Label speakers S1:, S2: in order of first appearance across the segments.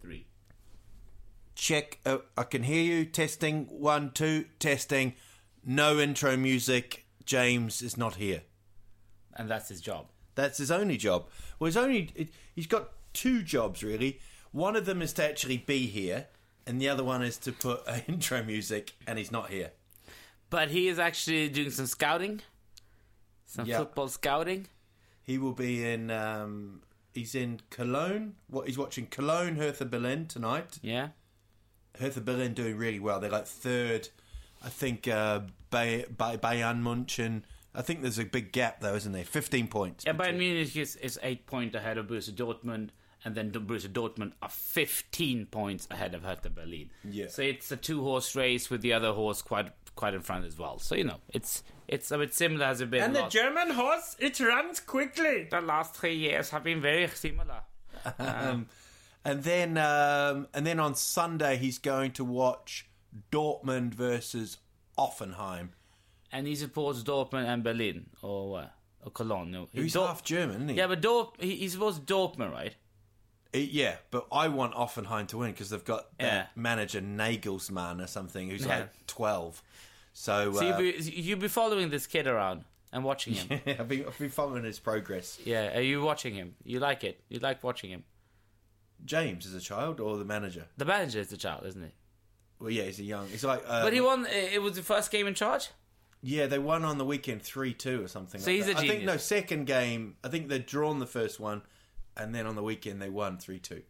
S1: Three. Check. Uh, I can hear you. Testing. One, two. Testing. No intro music. James is not here.
S2: and that's his job.
S1: That's his only job. Well, his only it- he's got two jobs really. One of them is to actually be here, and the other one is to put uh, intro music, and he's not here.
S2: But he is actually doing some scouting, some
S1: Yeah.
S2: football scouting.
S1: He will be in. Um, he's in Cologne. What he's watching Cologne Hertha Berlin tonight.
S2: Yeah,
S1: Hertha Berlin doing really well. They're like third. I think uh, Bay, Bay, Bayern Munchen. I think there's a big gap though, isn't there? Fifteen points.
S2: yeah. Bayern Munich is, is eight point ahead of Borussia Dortmund, and then the Borussia Dortmund are fifteen points ahead of Hertha Berlin.
S1: Yeah.
S2: So it's a two horse race with the other horse quite quite in front as well. So you know, it's it's a bit similar as a bit. last-
S3: German horse, it runs quickly.
S2: the last three years have been very similar.
S1: Um, and then um, and then on Sunday he's going to watch Dortmund versus Offenheim.
S2: And he supports Dortmund and Berlin or what? Or Cologne? No, he
S1: He's
S2: Dort-
S1: half German, isn't he?
S2: Yeah, but Dorp he, he supports Dortmund, right?
S1: Uh, yeah, but I want Offenheim to win because they've got that
S2: Yeah.
S1: manager Nagelsmann or something who's
S2: Yeah.
S1: like twelve. So,
S2: so
S1: uh,
S2: you be, you be following this kid around and watching him.
S1: I've, been, I've been following his progress.
S2: Yeah, are you watching him? You like it? You like watching him?
S1: James is a child or the manager?
S2: The manager is the child, isn't he?
S1: Well, yeah, he's a young. He's like, uh,
S2: but he won. It was the first game in charge.
S1: yeah, they won on the weekend three two or something.
S2: So
S1: like
S2: he's
S1: that.
S2: a
S1: I think no
S2: genius.
S1: second game. I think they'd drawn the first one, and then on the weekend they won three two.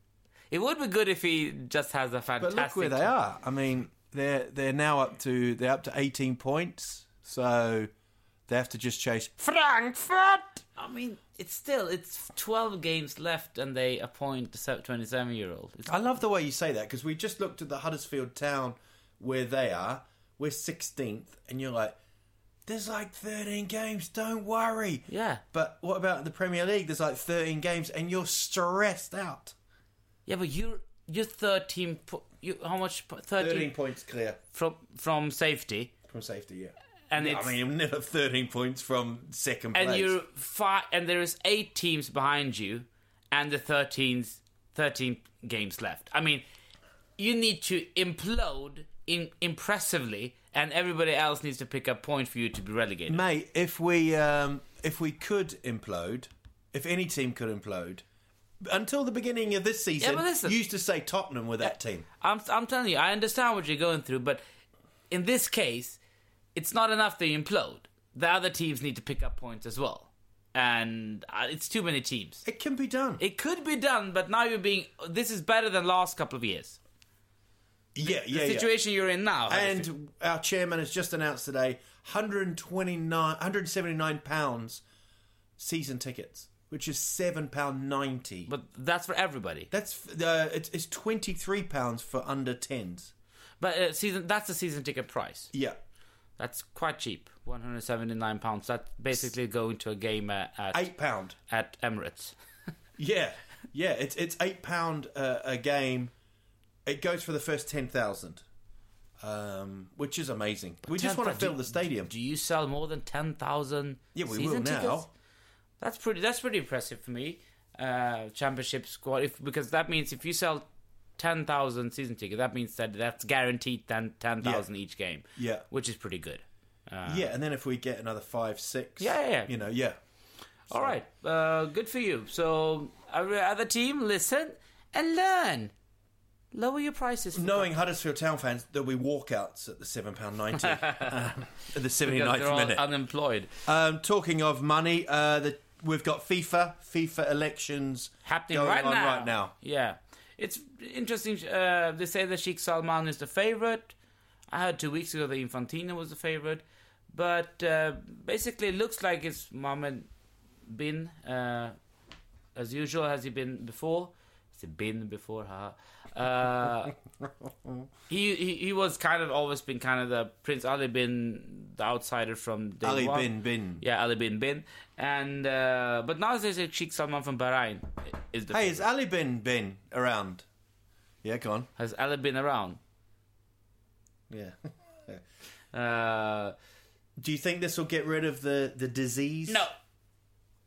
S2: It would be good if he just has a
S1: But
S2: fantastic.
S1: look where they are. I mean, they're they're now up to they're up to eighteen points, so they have to just chase.
S2: Frankfurt. I mean, it's still it's twelve games left, and they appoint the twenty-seven-year-old. It's-
S1: I love the way you say that because we just looked at the Huddersfield Town where they are. We're sixteenth, and you're like, there's like thirteen games. Don't worry.
S2: Yeah,
S1: But what about the Premier League? There's like thirteen games, and you're stressed out.
S2: yeah, but you're you're thirteen. Po- you how much? po- Thirteen,
S1: Thirteen points clear
S2: from from safety,
S1: from safety. Yeah.
S2: and
S1: Yeah,
S2: it's
S1: I mean, never thirteen points from second place.
S2: and you're five, and there is eight teams behind you, and the 13th, 13 games left. I mean, you need to implode in, impressively, and everybody else needs to pick up point for you to be relegated.
S1: Mate, if we um, if we could implode, if any team could implode, until the beginning of this season,
S2: Yeah, but listen-
S1: you used to say Tottenham were that team.
S2: I'm, I'm telling you, I understand what you're going through, but in this case, it's not enough they implode. The other teams need to pick up points as well, and uh, it's too many teams.
S1: It can be done.
S2: It could be done, but now you're being. This is better than last couple of years.
S1: yeah,
S2: The
S1: yeah, yeah.
S2: situation you're in now, Huddersfield.
S1: And our chairman has just announced today 129 179 pounds season tickets, which is 7 pound 90.
S2: But that's for everybody.
S1: that's f- uh, it's, it's 23 pounds for under 10s.
S2: But uh, season that's the season ticket price.
S1: Yeah.
S2: That's quite cheap, one hundred seventy nine pounds. That's basically going to a game uh, at
S1: 8 pound.
S2: at Emirates.
S1: Yeah, yeah. It's it's eight pound uh, a game. It goes for the first ten thousand, um, which is amazing. we just want to
S2: 10,000
S1: fill the stadium.
S2: Do you sell more than ten thousand?
S1: Yeah, we
S2: season
S1: will now.
S2: Tickets? That's pretty. That's pretty impressive for me. Uh, championship squad, if because that means if you sell ten thousand season ticket, that means that that's guaranteed ten ten thousand each game.
S1: Yeah.
S2: which is pretty good.
S1: yeah, and then if we get another five, six,
S2: Yeah, yeah, yeah.
S1: you know, yeah,
S2: All right, uh, good for you. So Our other team, listen and learn. Lower your prices. For
S1: Knowing Huddersfield Town fans, there'll be walkouts at the seven pound ninety, um, at the
S2: because
S1: 79th
S2: they're all
S1: minute.
S2: unemployed.
S1: Um, talking of money, uh, the, we've got FIFA, FIFA elections
S2: happening
S1: going
S2: right,
S1: on
S2: now.
S1: right now.
S2: Yeah, it's interesting. Uh, they say that Sheikh Salman is the favorite. I heard two weeks ago that Infantino was the favorite, but uh, basically, it looks like it's Mohammed bin uh, as usual. Has he been before? Has he been before? Ha. Uh, he, he he was kind of always been kind of the Prince Ali bin the outsider from day
S1: Ali
S2: one.
S1: bin bin.
S2: Yeah, Ali bin bin. And uh, but now there's a Sheikh Salman from Bahrain is the
S1: Hey,
S2: favorite.
S1: has Ali bin bin around? Yeah, go on.
S2: has Ali been around?
S1: Yeah.
S2: Uh,
S1: Do you think this will get rid of the, the disease?
S2: no,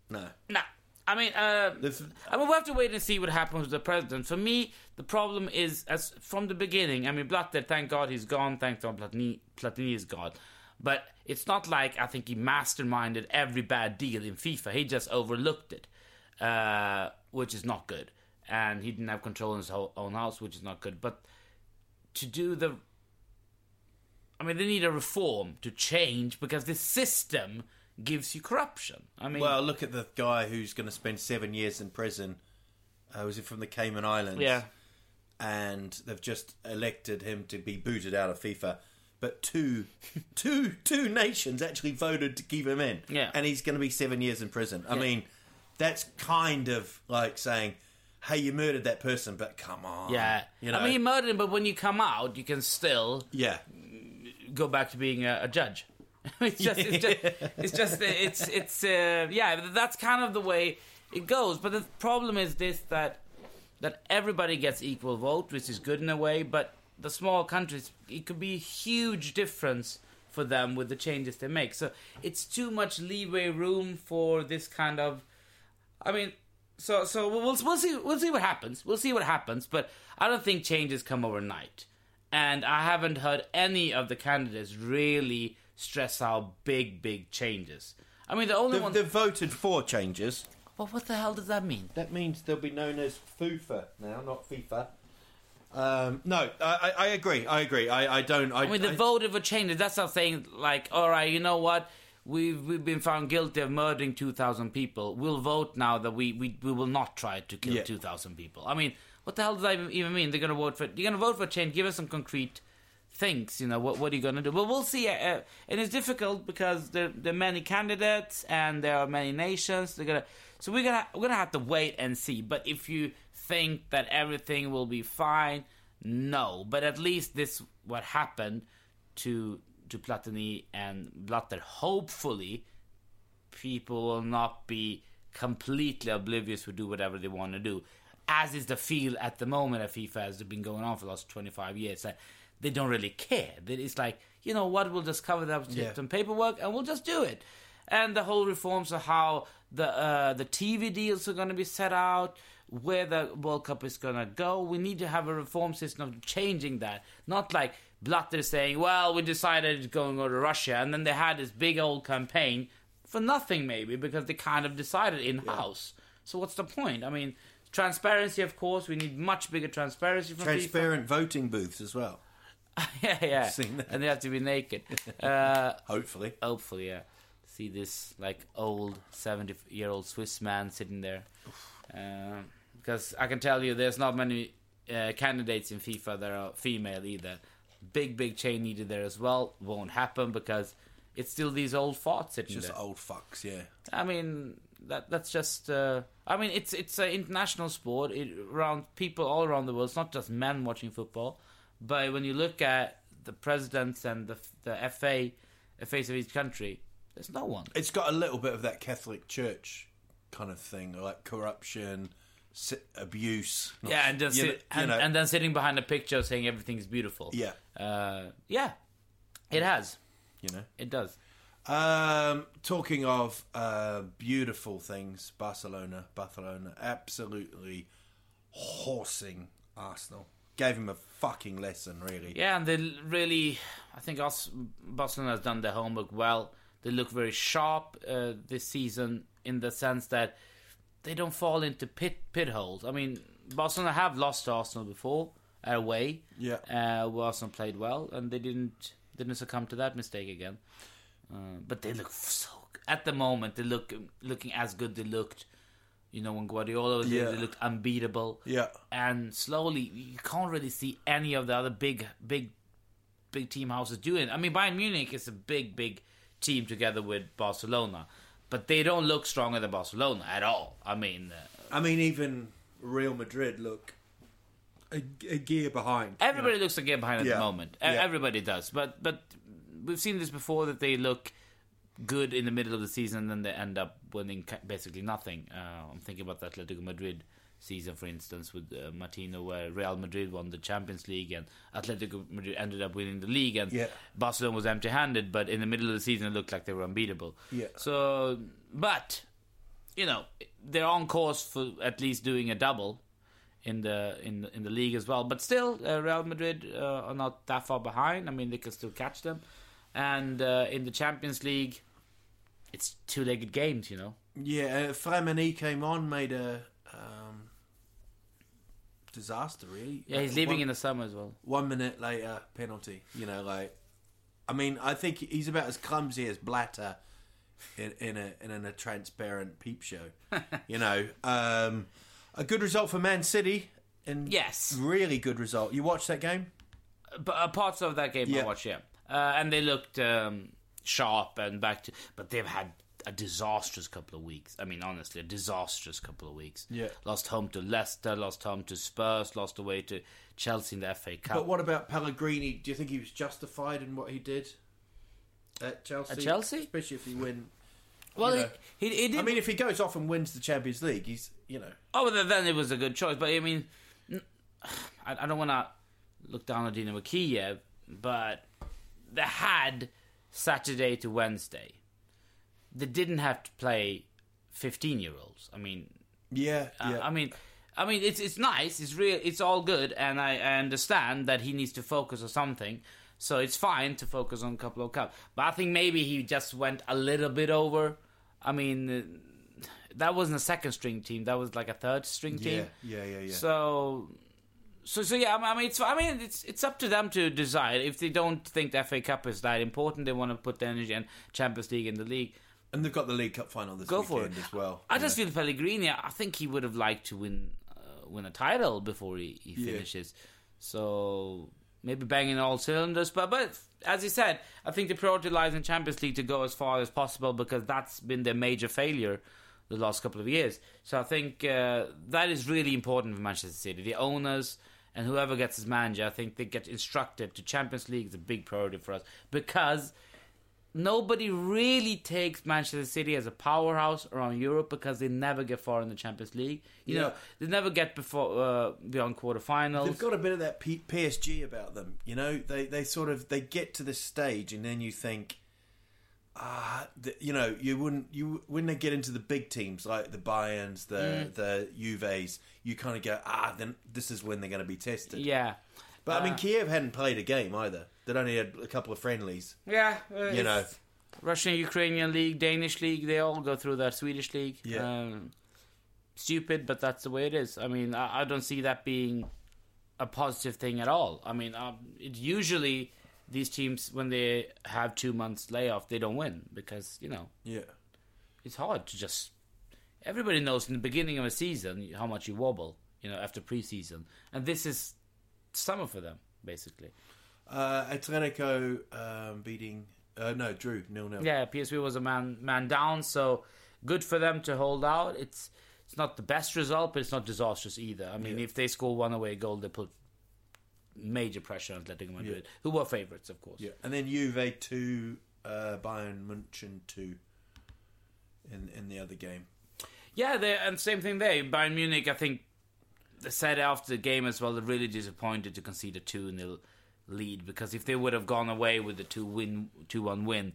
S1: No.
S2: no. I mean, uh,
S1: This-
S2: I mean, we have to wait and see what happens with the president. For me, the problem is as from the beginning. I mean, Blatter, thank God he's gone. Thank God Platini, Platini is gone. But it's not like I think he masterminded every bad deal in FIFA. He just overlooked it, uh, which is not good. And he didn't have control in his whole, own house, which is not good. But to do the I mean, they need a reform to change because this system gives you corruption. I mean,
S1: Well, look at the guy who's going to spend seven years in prison. Uh, was it from the Cayman Islands?
S2: yeah,
S1: And they've just elected him to be booted out of FIFA. But two, two, two nations actually voted to keep him in.
S2: Yeah.
S1: And he's going to be seven years in prison. I mean, that's kind of like saying, "Hey, you murdered that person, but come on."
S2: yeah.
S1: You know.
S2: I mean, he murdered him, but when you come out, you can still
S1: yeah.
S2: go back to being a, a judge. it's just, it's just, it's just, it's, it's, uh, yeah. That's kind of the way it goes. But the problem is this that that everybody gets equal vote, which is good in a way. But the small countries, it could be a huge difference for them with the changes they make. So it's too much leeway room for this kind of. I mean, so so we'll we'll see we'll see what happens. We'll see what happens, but I don't think changes come overnight. And I haven't heard any of the candidates really stress out big big changes. I mean, the only
S1: They've,
S2: one.
S1: they've voted for changes.
S2: Well, what the hell does that mean?
S1: That means they'll be known as FUFA now, not FIFA. Um, no, I, I I agree. I agree. I, I don't. I,
S2: I mean, the
S1: I-
S2: vote of a change. That's not saying like, all right, you know what? We've we've been found guilty of murdering two thousand people. We'll vote now that we, we, we will not try to kill
S1: Yeah.
S2: two thousand people. I mean, what the hell does that even- even mean? They're gonna vote for you're gonna vote for change. Give us some concrete things. You know what what are you gonna do? But we'll see. Uh, and it's difficult because there there are many candidates and there are many nations. They're gonna so we're gonna we're gonna have to wait and see. But if you think that everything will be fine, no. But at least this what happened to to Platini and Blatter. Hopefully, people will not be completely oblivious to do whatever they want to do, as is the feel at the moment at FIFA has been going on for the last twenty five years. That they don't really care. That it's like you know what, we'll just cover that with
S1: Yeah.
S2: some paperwork and we'll just do it. And the whole reforms of how the uh, the TV deals are going to be set out, where the World Cup is going to go. We need to have a reform system of changing that. Not like Blatter saying, well, we decided it's going over to Russia. And then they had this big old campaign for nothing, maybe, because they kind of decided in house. So what's the point? I mean, transparency, of course. We need much bigger transparency from FIFA
S1: transparent voting booths as well.
S2: yeah, yeah.
S1: Seen that.
S2: And they have to be naked. Uh,
S1: Hopefully,
S2: hopefully, yeah. See this like old seventy-year-old Swiss man sitting there, Um because I can tell you, there's not many uh, candidates in FIFA that are female either. Big, big chain needed there as well. Won't happen because it's still these old farts sitting
S1: just
S2: there.
S1: old fucks. Yeah.
S2: I mean, that that's just. Uh, I mean, it's it's an international sport. It around people all around the world. It's not just men watching football, but when you look at the presidents and the the FA, FAs of each country, there's no one.
S1: It's got a little bit of that Catholic Church kind of thing, like corruption, si- abuse.
S2: Yeah, and just
S1: You
S2: sit,
S1: know- you
S2: and,
S1: know.
S2: and then sitting behind a picture saying everything's beautiful.
S1: yeah,
S2: uh, yeah, it has.
S1: you know.
S2: It does.
S1: Um, talking of uh, beautiful things, Barcelona, Barcelona, absolutely horsing Arsenal. Gave him a fucking lesson, really.
S2: Yeah, and they l- really, I think us Barcelona has done their homework well. They look very sharp uh, this season in the sense that they don't fall into pit pit holes. I mean, Barcelona have lost to Arsenal before away.
S1: Yeah.
S2: uh, where Arsenal played well, and they didn't didn't succumb to that mistake again. Uh, but they look f- so at the moment they look looking as good they looked. You know when Guardiola was there,
S1: Yeah.
S2: they looked unbeatable.
S1: Yeah.
S2: and slowly you can't really see any of the other big big big team houses doing. it. I mean, Bayern Munich is a big, big team together with Barcelona, but they don't look stronger than Barcelona at all. I mean, uh,
S1: I mean, even Real Madrid look a, a gear behind. you know.
S2: everybody looks a game behind at
S1: Yeah.
S2: the moment. E-
S1: Yeah.
S2: Everybody does, but but we've seen this before that they look good in the middle of the season and then they end up winning ca- basically nothing. Uh, I'm thinking about the Atletico Madrid season, for instance, with uh, Martino, where Real Madrid won the Champions League and Atletico Madrid ended up winning the league, and
S1: Yeah.
S2: Barcelona was empty-handed, but in the middle of the season it looked like they were unbeatable.
S1: Yeah.
S2: So, but you know they're on course for at least doing a double in the in the, in the league as well. But still, uh, Real Madrid uh, are not that far behind. I mean, they can still catch them. And uh, in the Champions League, it's two-legged games. You know,
S1: Yeah, uh, Flamini came on, made a um, disaster, really.
S2: yeah, he's
S1: Like,
S2: leaving
S1: one,
S2: in the summer as well.
S1: One minute later, penalty. You know, like. I mean, I think he's about as clumsy as Blatter in, in, a, in, a transparent peep show. you know, um, a good result for Man City. And
S2: Yes.
S1: Really good result. You watched that game?
S2: But uh, parts of that game
S1: Yeah.
S2: I watched, yeah, uh, and they looked um, sharp and back to. But they've had a disastrous couple of weeks. I mean, honestly, a disastrous couple of weeks.
S1: Yeah.
S2: lost home to Leicester, lost home to Spurs, lost away to Chelsea in the FA Cup.
S1: But what about Pellegrini? Do you think he was justified in what he did at Chelsea?
S2: At Chelsea?
S1: especially if he win.
S2: well,
S1: you know.
S2: he, he, he did.
S1: I mean, if he goes off and wins the Champions League, he's you know.
S2: Oh, well, then it was a good choice. But I mean, n- I, I don't want to look down on Dinamo Kiev, but they had Saturday to Wednesday. They didn't have to play fifteen-year-olds. I mean,
S1: Yeah,
S2: Uh, I- I mean. I mean, it's it's nice, it's real, it's all good, and I, I understand that he needs to focus on something, so it's fine to focus on a couple of cups. But I think maybe he just went a little bit over. I mean, uh, that wasn't a second string team; that was like a third string team.
S1: yeah, yeah, yeah.
S2: So, so, so yeah. I mean, I mean, it's I mean, it's it's up to them to decide if they don't think the FA Cup is that important. They want to put the energy in Champions League in the league.
S1: and they've got the League Cup final this
S2: Go for
S1: weekend
S2: it
S1: as well.
S2: I just feel Pellegrini. I think he would have liked to win uh, win a title before he, he
S1: Yeah.
S2: finishes. So maybe banging all cylinders. But but as you said, I think they prioritize in Champions League to go as far as possible because that's been their major failure the last couple of years. So I think uh, that is really important for Manchester City. The owners. And whoever gets as manager, I think they get instructed to Champions League is a big priority for us because nobody really takes Manchester City as a powerhouse around Europe because they never get far in the Champions League. You know,
S1: Yeah.
S2: they never get before uh, beyond
S1: They've
S2: quarterfinals.
S1: got a bit of that P- PSG about them, you know. They they sort of they get to this stage, and then you think, ah, th you know, you wouldn't you when they get into the big teams like the Bayerns, the the Juves, you kind of go, ah, then this is when they're going to be tested.
S2: yeah,
S1: But I mean, Kiev hadn't played a game either. They'd only had a couple of friendlies,
S2: yeah. uh,
S1: you know.
S2: it's Russian, Ukrainian league, Danish league, they all go through that Swedish league.
S1: Yeah.
S2: Um, stupid, but that's the way it is. I mean, I, I don't see that being a positive thing at all. I mean, um, it usually these teams when they have two months layoff, they don't win because you know
S1: Yeah.
S2: it's hard to just. Everybody knows in the beginning of a season how much you wobble, you know, after preseason, and this is summer for them basically.
S1: Uh, Atletico um, beating uh, no drew nil nil.
S2: Yeah, PSV was a man man down, so good for them to hold out. It's it's not the best result, but it's not disastrous either. I mean, if they score one away goal, they put major pressure on Atletico Madrid, who were favourites, of course.
S1: Yeah, and then Juve two, uh, Bayern Munchen two. In in the other game,
S2: Yeah, they, and same thing there. Bayern Munich, I think, they said after the game as well, they're really disappointed to concede a 2 0 lead because if they would have gone away with the 2 win, 2 1 win,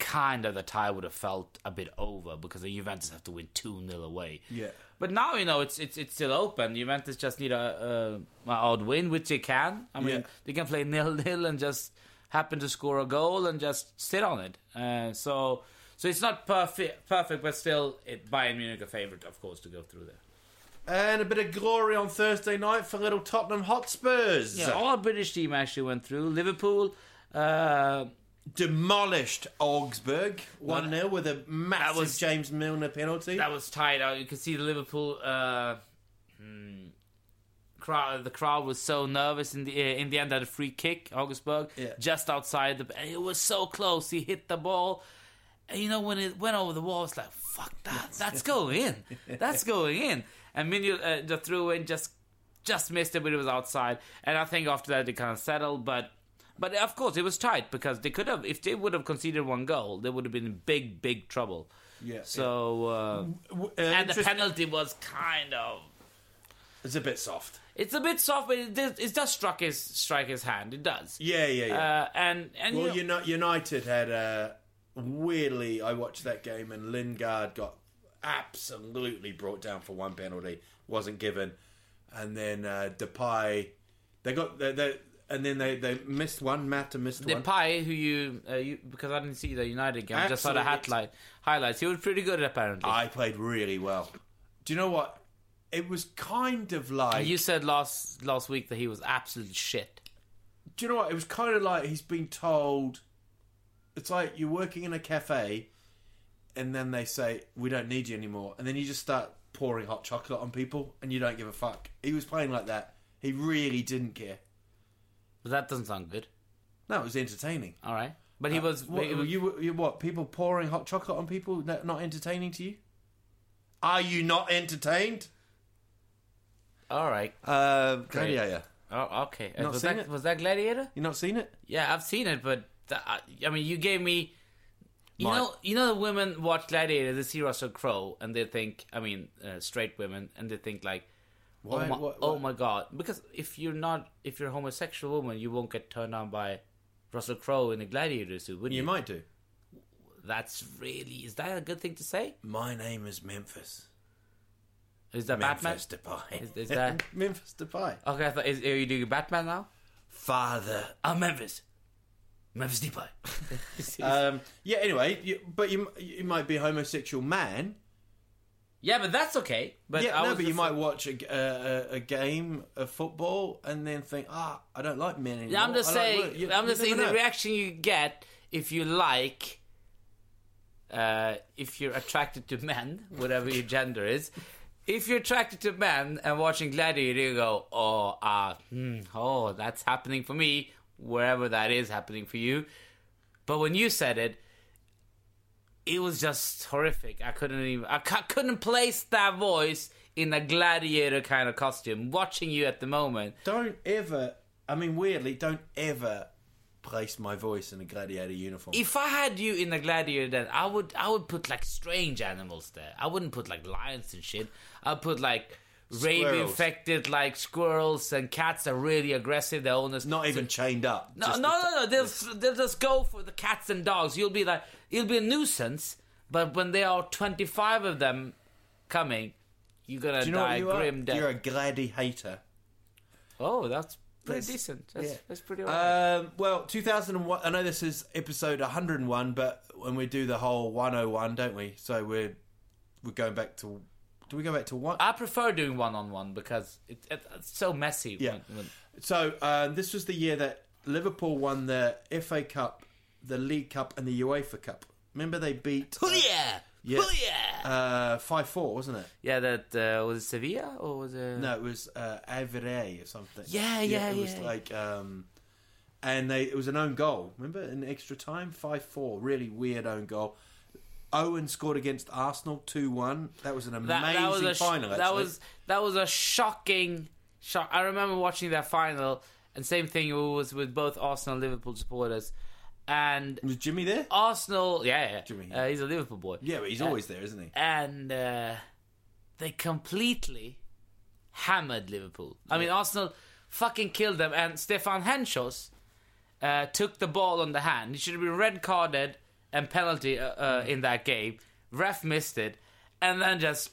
S2: kind of the tie would have felt a bit over because the Juventus have to win 2 0 away.
S1: Yeah.
S2: But now, you know, it's it's it's still open. Juventus just need a, a, a odd win, which they can. I mean,
S1: Yeah.
S2: they can play nil nil and just happen to score a goal and just sit on it. Uh, so So it's not perfect, perfect, but still, it, Bayern Munich are favourite, of course, to go through there.
S1: And a bit of glory on Thursday night for little Tottenham Hotspurs.
S2: Yeah, Oh. all British team actually went through. Liverpool, uh,
S1: Demolished Augsburg 1 0 with a massive
S2: was-
S1: James Milner penalty.
S2: that was tight out. You could see the Liverpool uh, hmm, crowd. The crowd was so nervous in the uh, in the end. Had a free kick, Augsburg,
S1: Yeah.
S2: just outside the. and It was so close. He hit the ball. And you know when it went over the wall, it's like fuck that. That's going in. That's going in. And Minu uh, just threw in, just just missed it, but it was outside. And I think after that they kind of settled, but. But of course, it was tight because they could have, if they would have conceded one goal, they would have been in big, big trouble.
S1: Yeah,
S2: So, uh,
S1: W- uh,
S2: and the
S1: interest-
S2: penalty was kind of.
S1: it's a bit soft.
S2: It's a bit soft, but it does, it does struck his strike his hand. It does.
S1: Yeah, yeah, yeah.
S2: Uh, and and
S1: Well,
S2: you know,
S1: Uni- United had a weirdly. I watched that game and Lingard got absolutely brought down for one penalty, wasn't given, and then uh, Depay, they got they, they and then they they missed one. Mata missed
S2: the
S1: one.
S2: pie who you, uh, you because I didn't see the United game. I just saw the
S1: Absolutely.
S2: hat light, highlights. He was pretty good apparently.
S1: I played really well. Do you know what? It was kind of like
S2: you said last last week that he was absolute shit.
S1: do you know what? It was kind of like he's been told. It's like you're working in a cafe, and then they say we don't need you anymore, and then you just start pouring hot chocolate on people, and you don't give a fuck. He was playing like that. He really didn't care.
S2: But that doesn't sound good.
S1: No, it was entertaining.
S2: All right, but he was.
S1: What,
S2: he was-
S1: Uh, you, you what? People pouring hot chocolate on people? That not entertaining to you? Are you not entertained?
S2: all right.
S1: Uh, Gladiator.
S2: Oh, okay. Uh,
S1: Not
S2: was
S1: seen
S2: that
S1: it?
S2: was that Gladiator?
S1: You not seen it?
S2: Yeah, I've seen it, but th- I I mean, you gave me. You
S1: Mine.
S2: know, you know, the women watch Gladiator, they see Russell Crowe, and they think, I mean, uh, straight women, and they think like,
S1: Why-
S2: oh, my,
S1: what-
S2: oh
S1: what-
S2: my god, because if you're not, if you're a homosexual woman, you won't get turned on by Russell Crowe in a Gladiator suit, would you?
S1: You might do.
S2: That's really is that a good thing to say?
S1: My name is Memphis.
S2: Is that
S1: Memphis Depay.
S2: Is- is that-
S1: Memphis Depay?
S2: Batman? Okay, I thought, is, are you doing Batman now?
S1: Father.
S2: I'm Memphis. Memphis Depay.
S1: Um, yeah. Anyway, you, but you you might be a homosexual man.
S2: yeah, but that's okay. But
S1: yeah,
S2: I
S1: no,
S2: was
S1: but you
S2: refer-
S1: might watch a, g- a- a- a game of football and then think, ah, I don't like men anymore.
S2: Yeah, I'm just
S1: I like
S2: saying.
S1: women." You-
S2: I'm
S1: you
S2: just saying
S1: never
S2: the
S1: know.
S2: reaction you get if you like, uh, if you're attracted to men, whatever your gender is. If you're attracted to men and watching Gladiator, you go, oh, ah, hmm, oh, that's happening for me, wherever that is happening for you. But when you said it, it was just horrific. I couldn't even, I c- couldn't place that voice in a gladiator kind of costume. Watching you at the moment,
S1: Don't ever. I mean, weirdly, don't ever place my voice in a gladiator uniform.
S2: If I had you in a gladiator, then I would I would put like strange animals there. I wouldn't put like lions and shit. I'd put like rape
S1: Squirrels.
S2: infected like squirrels and cats are really aggressive. They're owners.
S1: Not even chained up.
S2: No,
S1: just
S2: no,
S1: the-
S2: no, no. They'll they'll just go for the cats and dogs. You'll be like you'll be a nuisance. But when there are twenty five of them coming, you're gonna
S1: Do you know
S2: die
S1: what you
S2: a
S1: are?
S2: grim death.
S1: You're a gladiator.
S2: Oh, that's pretty
S1: That's-
S2: decent. That's,
S1: yeah.
S2: that's pretty. alright.
S1: Um, well, 2001. I know this is episode 101, but when we do the whole 101, don't we? So we're we're going back to. Do we go back to one?
S2: I prefer doing one on one because it, it, it's so messy.
S1: Yeah.
S2: when- when-
S1: So um, this was the year that Liverpool won the FA Cup, the League Cup, and the UEFA Cup. Remember they beat
S2: Hooyah!
S1: Yeah.
S2: Hooyah!
S1: uh, five four, wasn't it?
S2: Yeah, that uh, was it Sevilla or was it?
S1: No, it was uh, Avere or something.
S2: Yeah, yeah,
S1: It was
S2: yeah.
S1: like, um, and they it was an own goal. Remember, in extra time, five four, really weird own goal. Owen scored against Arsenal two one. That was an amazing
S2: that, that was a sh-
S1: final.
S2: that
S1: actually.
S2: was that was a shocking shock. I remember watching that final, and same thing was with both Arsenal and Liverpool supporters, and
S1: was Jimmy there?
S2: Oh, Arsenal. Yeah, yeah.
S1: Jimmy,
S2: Uh, he's a Liverpool boy.
S1: yeah, but he's always there, isn't he?
S2: and uh, they completely hammered Liverpool. I mean, Arsenal fucking killed them, and Stefan Henschos uh, took the ball on the hand. He should have been red carded
S1: Mm.
S2: and penalty uh, uh, in that game. Ref missed it, and then just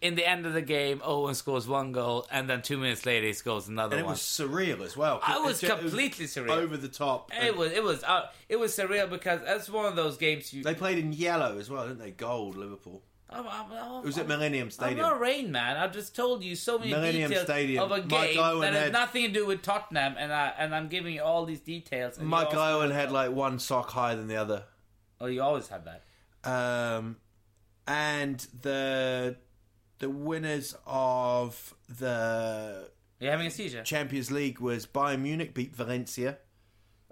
S2: in the end of the game, Owen scores one goal, and then two minutes later he scores another
S1: And it
S2: one.
S1: was surreal as well.
S2: I was
S1: It ju- it
S2: completely surreal.
S1: Over the top.
S2: it was it was uh, it was surreal because that's one of those games you.
S1: They played in yellow as well, didn't they? Gold, Liverpool.
S2: I'm, I'm, I'm,
S1: It was at Millennium
S2: I'm
S1: Stadium.
S2: not Rain Man. I just told you so many
S1: Millennium
S2: details
S1: Stadium.
S2: of a
S1: Mike
S2: game
S1: Owen
S2: that has
S1: had-
S2: nothing to do with Tottenham, and I and I'm giving you all these details. and you
S1: Mike
S2: also-
S1: Owen had like one sock higher than the other.
S2: Oh, you always have that.
S1: Um, and the the winners of the
S2: You're having a seizure.
S1: Champions League was Bayern Munich beat Valencia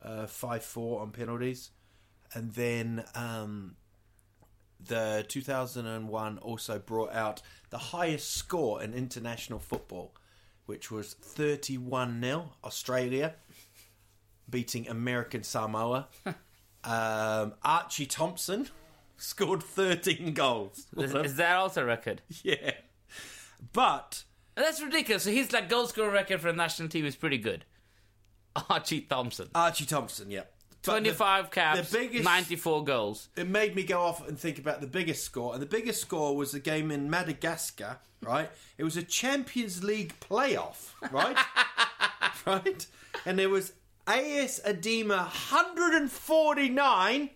S1: uh, five four on penalties, and then um, the 2001 also brought out the highest score in international football, which was 31 0 Australia beating American Samoa. um, Archie Thompson scored 13 goals.
S2: Is, is that also a record?
S1: yeah, but.
S2: That's ridiculous. So his like goal scorer record for a national team is pretty good. Archie Thompson,
S1: Archie Thompson, yeah. But the-
S2: 25 caps,
S1: the biggest-
S2: 94 goals.
S1: it made me go off and think about the biggest score. And the biggest score was a game in Madagascar, right? It was a Champions League playoff, right? right? And there was AS Adema 149,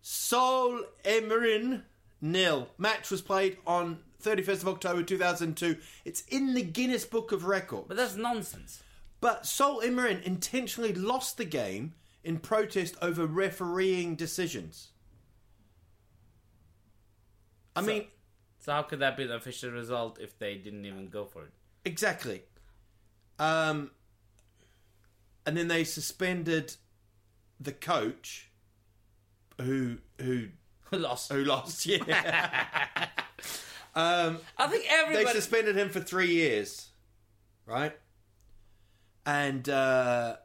S1: Sol Emerin nil. Match was played on 31st of October 2002. It's in the Guinness Book of Records.
S2: But that's nonsense.
S1: But Sol Imran intentionally lost the game in protest over refereeing decisions. I mean,
S2: So how could that be the official result if they didn't even go for it?
S1: exactly. Um, and then they suspended the coach, who who
S2: Who lost?
S1: who lost. Yeah,
S2: I think
S1: they
S2: everybody.
S1: suspended him for three years, right? And uh,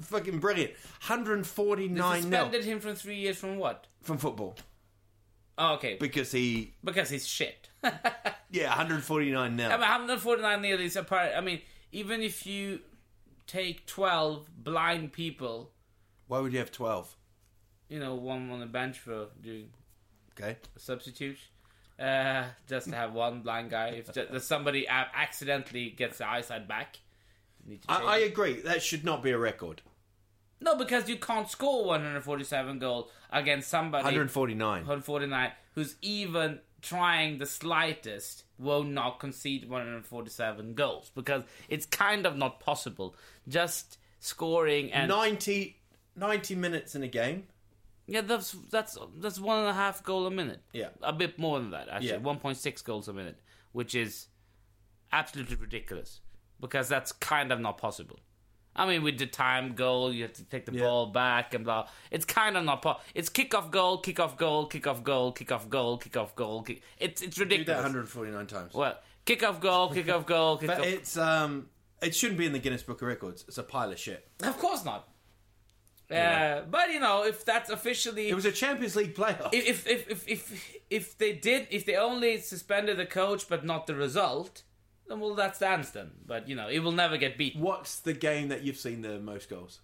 S1: fucking brilliant, hundred forty
S2: they
S1: nine nil
S2: suspended him from three years from what?
S1: from football.
S2: Oh, okay,
S1: because he
S2: because he's shit.
S1: yeah 149 now
S2: I mean, 149 nearly is a part. I mean, even if you take 12 blind people,
S1: why would you have 12
S2: you know, one on the bench for doing
S1: okay
S2: substitute. Uh, just to have one blind guy. If ju- if somebody uh, accidentally gets their eyesight back, you need to
S1: I,
S2: change
S1: I
S2: it.
S1: agree that should not be a record
S2: no, because you can't score 147 goals against somebody
S1: 149
S2: 149 who's even trying the slightest will not concede 147 goals because it's kind of not possible. Just scoring and
S1: 90 90 minutes in a game
S2: yeah, that's that's that's one and a half goal a minute.
S1: Yeah.
S2: a bit more than that actually.
S1: Yeah.
S2: 1.6 goals a minute, which is absolutely ridiculous because that's kind of not possible. I mean, with the time goal, you have to take the
S1: Yeah.
S2: ball back and blah. It's kind of not possible. It's kickoff goal, kickoff goal, kickoff goal, kickoff goal, kickoff goal. Kick- it's it's
S1: do that
S2: ridiculous.
S1: 149 times
S2: Well, kickoff goal, kickoff goal,
S1: but
S2: kickoff.
S1: it's um it shouldn't be in the Guinness Book of Records it's a pile of shit
S2: of course not. Uh, but you know, if that's officially
S1: it was a Champions League playoff
S2: if if if if if they did if they only suspended the coach but not the result, then well that stands then. But you know it will never get beaten.
S1: what's the game that you've seen the most goals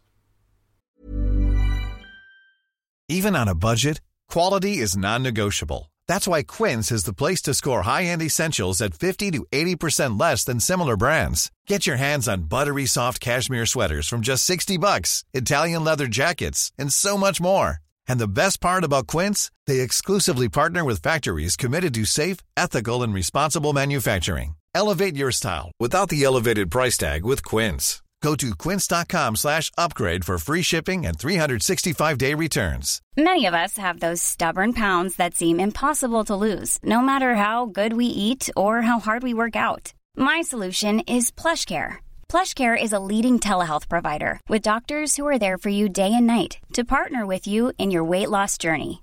S4: Even on a budget, quality is non-negotiable. That's why Quince is the place to score high-end essentials at 50 to 80% less than similar brands. Get your hands on buttery soft cashmere sweaters from just 60 bucks, Italian leather jackets, and so much more. And the best part about Quince, they exclusively partner with factories committed to safe, ethical, and responsible manufacturing. Elevate your style without the elevated price tag with Quince. Go to quince.com slash upgrade for free shipping and 365-day returns.
S5: Many of us have those stubborn pounds that seem impossible to lose, no matter how good we eat or how hard we work out. My solution is PlushCare. PlushCare is a leading telehealth provider with doctors who are there for you day and night to partner with you in your weight loss journey.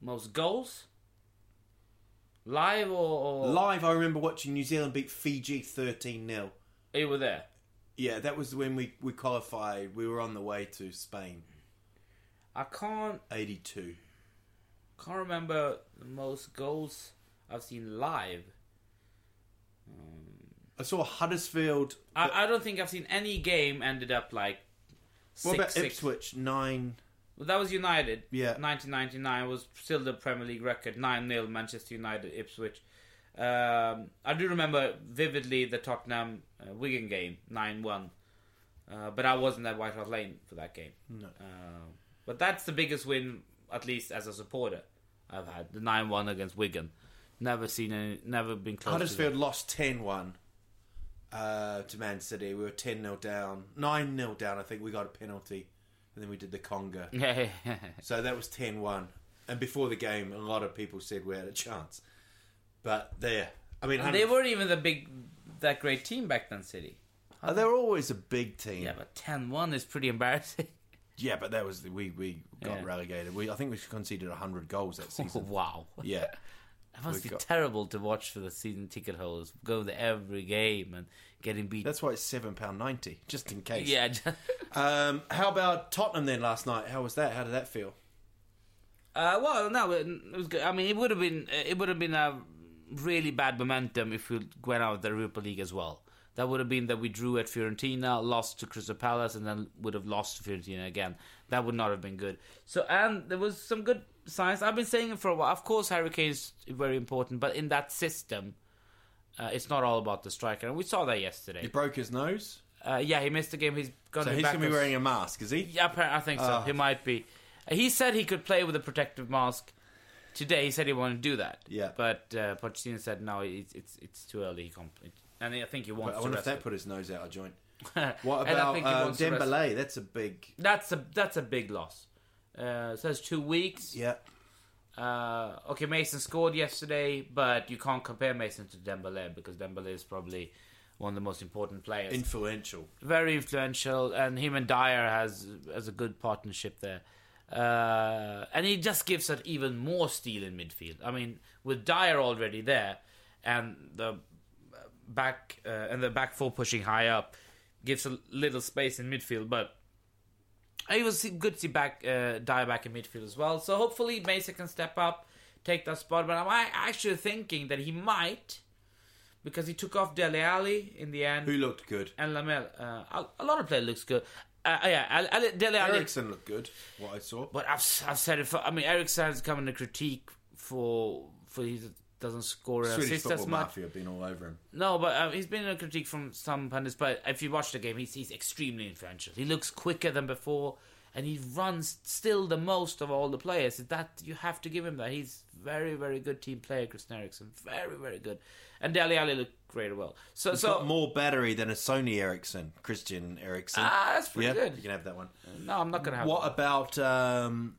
S2: Most goals? Live or, or
S1: Live, I remember watching New Zealand beat Fiji 13 0.
S2: you were there?
S1: Yeah, that was when we, we qualified. We were on the way to Spain,
S2: I can't
S1: 82.
S2: can't remember the most goals I've seen live.
S1: I saw Huddersfield.
S2: I, I don't think I've seen any game ended up like six
S1: What about
S2: six.
S1: Ipswich? Nine.
S2: Well, that was United.
S1: Yeah.
S2: 1999 was still the Premier League record. 9 0 Manchester United, Ipswich. Um, I do remember vividly the Tottenham uh, Wigan game, 9 1. Uh, but I wasn't at White Hart Lane for that game. No. but that's the biggest win, at least as a supporter, I've had the 9 1 against Wigan. Never seen any, never been close. to that.
S1: Huddersfield lost 10 1 uh, to Man City. We were 10 0 down. 9 0 down, I think. We got a penalty. And then we did the conga.
S2: Yeah.
S1: So that was 10 1. And before the game, a lot of people said we had a chance. But there. I mean,
S2: they weren't even the big, that great team back then, City.
S1: Uh, they were always a big team.
S2: Yeah, but 10 1 is pretty embarrassing.
S1: Yeah, but that was the, we we got
S2: Yeah.
S1: relegated. We I think we conceded hundred goals that season.
S2: wow.
S1: yeah,
S2: That must
S1: We
S2: be
S1: got-
S2: terrible to watch for the season ticket holders. Going to every game and getting beat.
S1: that's why it's seven pound ninety, just in case.
S2: yeah.
S1: Um, how about Tottenham then last night? How was that? How did that feel?
S2: Uh, well, no, it it was good. I mean, it would have been it would have been a really bad momentum if we went out of the Europa League as well. That would have been that we drew at Fiorentina, lost to Crystal Palace, and then would have lost to Fiorentina again. That would not have been good. So, and there was some good signs. I've been saying it for a while. Of course, Hurricanes very important, but in that system, uh, it's not all about the striker, and we saw that yesterday.
S1: He broke his nose,
S2: Uh, yeah, he missed the game. He's gonna
S1: so
S2: be
S1: he's
S2: back
S1: gonna be
S2: on-
S1: wearing a Ah. mask, is he?
S2: Yeah, apparently, I think so. He might be. He said he could play with a protective mask today. He said he wanted to do that.
S1: Yeah.
S2: But uh, Pochettino said no. It's it's it's too early. He can't. it- and I think he wants
S1: I
S2: to
S1: wonder if
S2: rest
S1: that
S2: it.
S1: put his nose out of joint. What
S2: And I
S1: about
S2: think he
S1: um,
S2: wants to rest
S1: Dembele? That's a big.
S2: That's a that's a big loss. Uh, so that's two weeks.
S1: Yeah,
S2: Uh, okay, Mason scored yesterday, but you can't compare Mason to Dembele because Dembele is probably one of the most important players.
S1: influential.
S2: very influential, and him and Dyer has has a good partnership there. Uh, and he just gives us even more steel in midfield. I mean, with Dyer already there, and the back uh, and the back four pushing high up gives a little space in midfield. But it was good to see back uh, Dyer back in midfield as well. So hopefully Mesa can step up, take that spot. But I'm a- actually thinking that he might, because he took off Dele Alli in the end
S1: Who looked good?
S2: and Lamel. Uh, a, a lot of player looks good. Uh, yeah, Al- Al- Dele Alli-
S1: Ericsson looked good. What I saw.
S2: But I've, s- I've said it for. I mean, Ericsson has come in a critique for for he doesn't score and
S1: Swedish
S2: assist as
S1: football
S2: much.
S1: mafia been all over him.
S2: No, but um, he's been in a critique from some pundits. But if you watch the game, he's he's extremely influential. He looks quicker than before, and he runs still the most of all the players. That you have to give him that. He's very very good team player, Christian Ericsson. Very very good, and Dele Alli looked great as well. So
S1: He's
S2: so
S1: got more battery than a Sony Ericsson, Christian Ericsson.
S2: Ah, that's pretty
S1: yeah,
S2: good.
S1: You can have that one.
S2: no, I'm not gonna have
S1: What about um,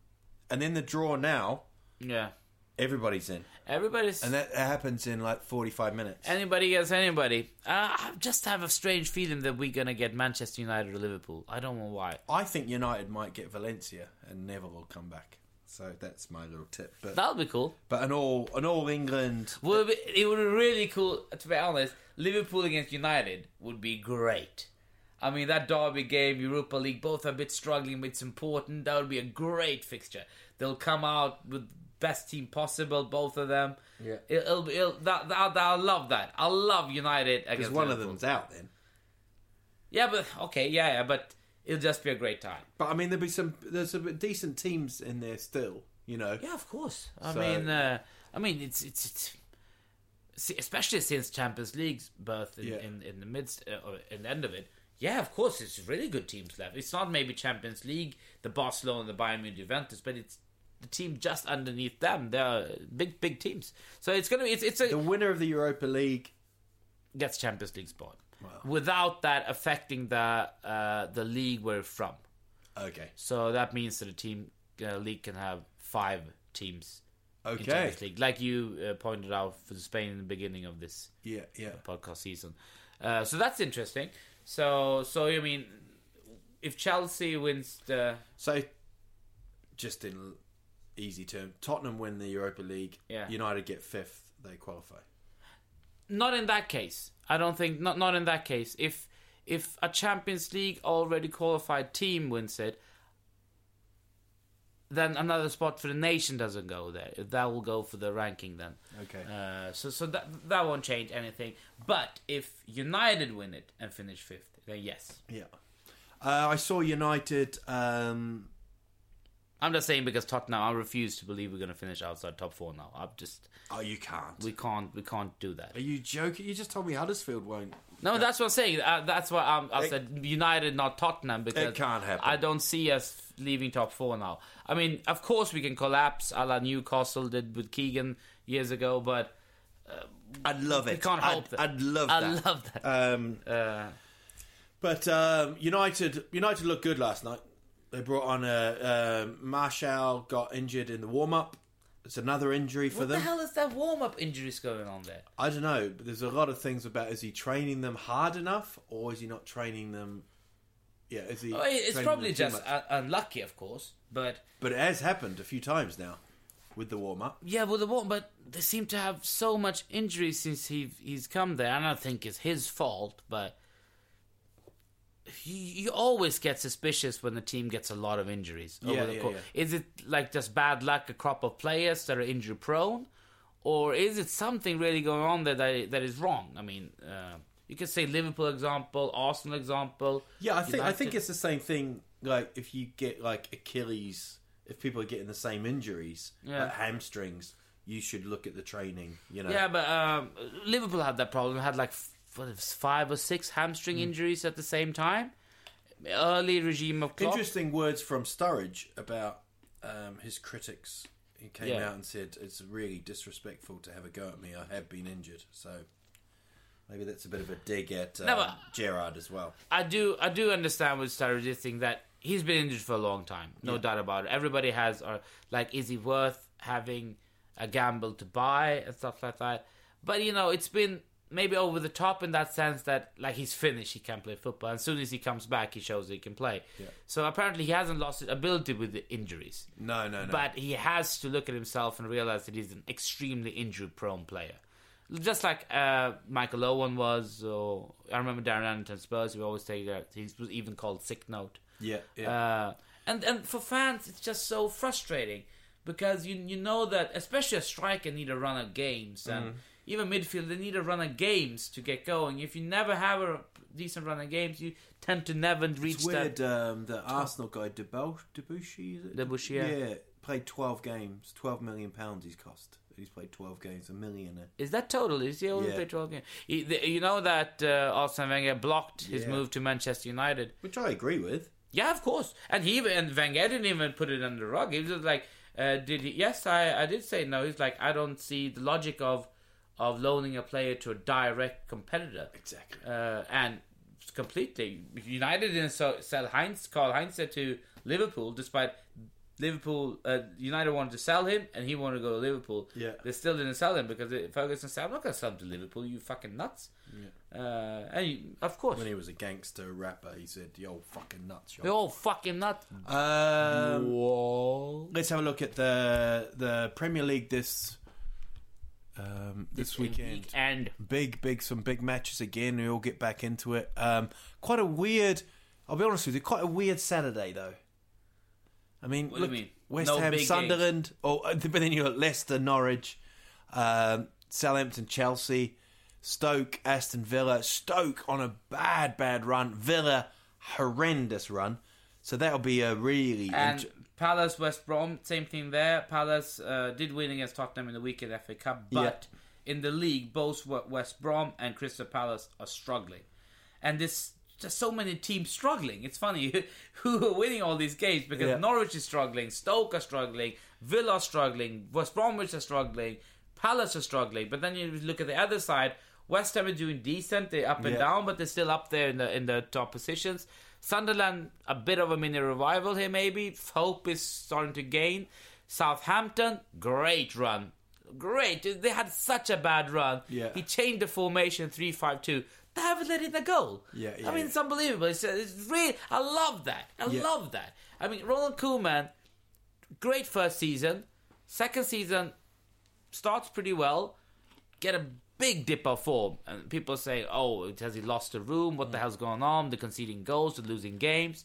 S1: and then the draw now?
S2: One. Yeah,
S1: Everybody's in,
S2: everybody's
S1: and that happens in like forty-five minutes.
S2: Anybody against anybody. Uh, I just have a strange feeling that we're going to get Manchester United or Liverpool. I don't know why.
S1: I think United might get Valencia, and Neville will come back. So that's my little tip. But
S2: That would be cool.
S1: but an all an all England.
S2: Would it, be, it would be really cool, to be honest. Liverpool against United would be great. I mean, that derby game, Europa League, both are a bit struggling, but it's important. That would be a great fixture. They'll come out with best team possible, both of them. Yeah, it'll, be- it'll, that, that, I love that. I love United
S1: Because
S2: against
S1: one of
S2: Liverpool.
S1: them's out then.
S2: Yeah, but okay, yeah, yeah, but it'll just be a great time.
S1: But I mean, there'll be some there's some decent teams in there still. You know.
S2: Yeah, of course. I
S1: So-
S2: mean, uh, I mean, it's it's it's see, especially since Champions League's birth in,
S1: Yeah.
S2: in, in the midst uh, or in the end of it. Yeah, of course, it's really good teams left. It's not maybe Champions League, the Barcelona, the Bayern Munich, Juventus, but it's the team just underneath them. They're big, big teams. So it's gonna be it's it's a
S1: The winner of the Europa League.
S2: gets Champions League spot. without that affecting the uh, the league we're from.
S1: Okay.
S2: So that means that a team uh, league can have five teams in
S1: Okay.
S2: Champions League, like you uh, pointed out for Spain in the beginning of this
S1: Yeah, yeah.
S2: podcast season. Uh, so that's interesting. So so I mean, if Chelsea wins the
S1: So, just in easy term, Tottenham win the Europa League.
S2: Yeah.
S1: United get fifth. They qualify.
S2: not in that case. I don't think not not in that case. If if a Champions League already qualified team wins it, then another spot for the nation doesn't go there. That will go for the ranking then.
S1: Okay.
S2: Uh, so so that that won't change anything. But if United win it and finish fifth, then yes.
S1: Yeah. Uh, I saw United. Um,
S2: I'm just saying because Tottenham. I refuse to believe we're going to finish outside top four now. I'm just
S1: oh, you can't.
S2: we can't we can't do that.
S1: Are you joking? You just told me Huddersfield won't.
S2: No, that's what I'm saying. Uh, that's why um, I
S1: It-
S2: said United, not Tottenham, because
S1: It can't happen.
S2: I don't see us leaving top four now. I mean, of course we can collapse, a la Newcastle did with Keegan years ago, but uh,
S1: I'd love
S2: we
S1: it.
S2: can't hope
S1: I'd,
S2: that.
S1: I'd love
S2: I
S1: that.
S2: love that.
S1: Um,
S2: Uh,
S1: but um, United, United looked good last night. They brought on a um Marshall got injured in the warm up. It's another injury for
S2: what
S1: them.
S2: the hell is that warm-up injuries going on there?
S1: I don't know. But there's a lot of things about is he training them hard enough or is he not training them? Yeah, is he?
S2: Oh, it- it's
S1: training
S2: probably
S1: them too
S2: just
S1: much?
S2: uh, unlucky, of course, but
S1: but it has happened a few times now with the warm up.
S2: yeah, well, the warm, but they seem to have so much injury since he he's come there. I don't think it's his fault, but. He, you always get suspicious when the team gets a lot of injuries. over
S1: Yeah,
S2: the
S1: yeah,
S2: cour-
S1: yeah.
S2: Is it like just bad luck, a crop of players that are injury prone, or is it something really going on there that that is wrong? I mean, uh, you could say Liverpool example, Arsenal example.
S1: Yeah, I think I
S2: United.
S1: think it's the same thing. Like if you get like Achilles, if people are getting the same injuries,
S2: Yeah.
S1: like hamstrings, you should look at the training. You know,
S2: Yeah, but um, Liverpool had that problem. Had like f- what, it was five or six
S1: Mm.
S2: hamstring injuries at the same time. Early regime of Klopp.
S1: Interesting words from Sturridge about um, his critics. He came
S2: Yeah.
S1: out and said it's really disrespectful to have a go at me. I have been injured, so maybe that's a bit of a dig at um,
S2: No, but-
S1: Gerard as well.
S2: I do, I do understand with Sturridge this thing that he's been injured for a long time. No doubt about it. Everybody has, or like, is he worth having a gamble to buy and stuff like that? But you know, it's been maybe over the top in that sense that like he's finished. He can't play football. And as soon as he comes back, he shows he can play. So apparently, he hasn't lost his ability with the injuries.
S1: No, no, no.
S2: But he has to look at himself and realize that he's an extremely injury-prone player, just like uh, Michael Owen was. Or I remember Darren Anderton Spurs. We always take that he was even called sick note.
S1: yeah, yeah.
S2: Uh, and and for fans, it's just so frustrating because you you know that especially a striker need a run of games and
S1: Mm-hmm.
S2: even midfield they need a run of games to get going. If you never have a decent run of games, you tend to never reach
S1: It's weird.
S2: that.
S1: Um, the Arsenal guy, Debau- Debussy, is it?
S2: Debussy, yeah.
S1: yeah. played twelve games. Twelve million pounds he's cost. He's played twelve games. A uh, millionaire.
S2: Is that total? Is he only
S1: Yeah.
S2: played 12 games? He, the, you know that uh, Arsene Wenger blocked his
S1: Yeah.
S2: move to Manchester United.
S1: Which I agree with.
S2: Yeah, of course. And he even- and Wenger didn't even put it under the rug. He was just like, uh, "Did he?" Yes, I, I did say no. He's like, I don't see the logic of of loaning a player to a direct competitor.
S1: Exactly.
S2: Uh, and completely, United didn't so, sell Heinz, Carl Heinz to Liverpool, despite Liverpool. Uh, United wanted to sell him, and he wanted to go to Liverpool.
S1: Yeah.
S2: they still didn't sell him because it- Ferguson said, "I'm not going to sell him to Liverpool. You fucking nuts." Yeah. Uh, and you, of course,
S1: When he was a gangster rapper, he said, "Yo, fucking nuts,
S2: they're
S1: yo."
S2: all fucking nuts.
S1: Um,
S2: Whoa.
S1: let's have a look at the the Premier League this um, this weekend.
S2: And
S1: Big, big, some big matches again. We all get back into it. Um, quite a weird. I'll be honest with you. Quite a weird Saturday though. I mean,
S2: What do you
S1: look,
S2: mean?
S1: West
S2: No
S1: Ham,
S2: big
S1: Sunderland. Oh, but then you got Leicester, Norwich, um, Southampton, Chelsea, Stoke, Aston Villa. Stoke on a bad, bad run. Villa horrendous run. So that'll be a really
S2: and
S1: int-
S2: Palace West Brom, same thing there. Palace uh, did win against Tottenham in the weekend FA Cup, but in the league, both W- West Brom and Crystal Palace are struggling, and there's just so many teams struggling. It's funny who are winning all these games because
S1: Yeah.
S2: Norwich is struggling, Stoke are struggling, Villa are struggling, West Bromwich are struggling, Palace are struggling. But then you look at the other side, West Ham are doing decent. They're up and
S1: Yeah.
S2: down, but they're still up there in the in the top positions. Sunderland, a bit of a mini revival here, maybe. Hope is starting to gain. Southampton, great run. Great. They had such a bad run.
S1: Yeah.
S2: He changed the formation 3 5 2. They haven't let in a goal.
S1: Yeah,
S2: I
S1: yeah,
S2: mean,
S1: yeah.
S2: it's unbelievable. It's, it's really, I love that. I
S1: Yeah.
S2: love that. I mean, Ronald Koeman, great first season. Second season starts pretty well. Get a big dip of form, and people say, "Oh, has he lost the room? What the hell's going on? They're conceding goals, they're losing games."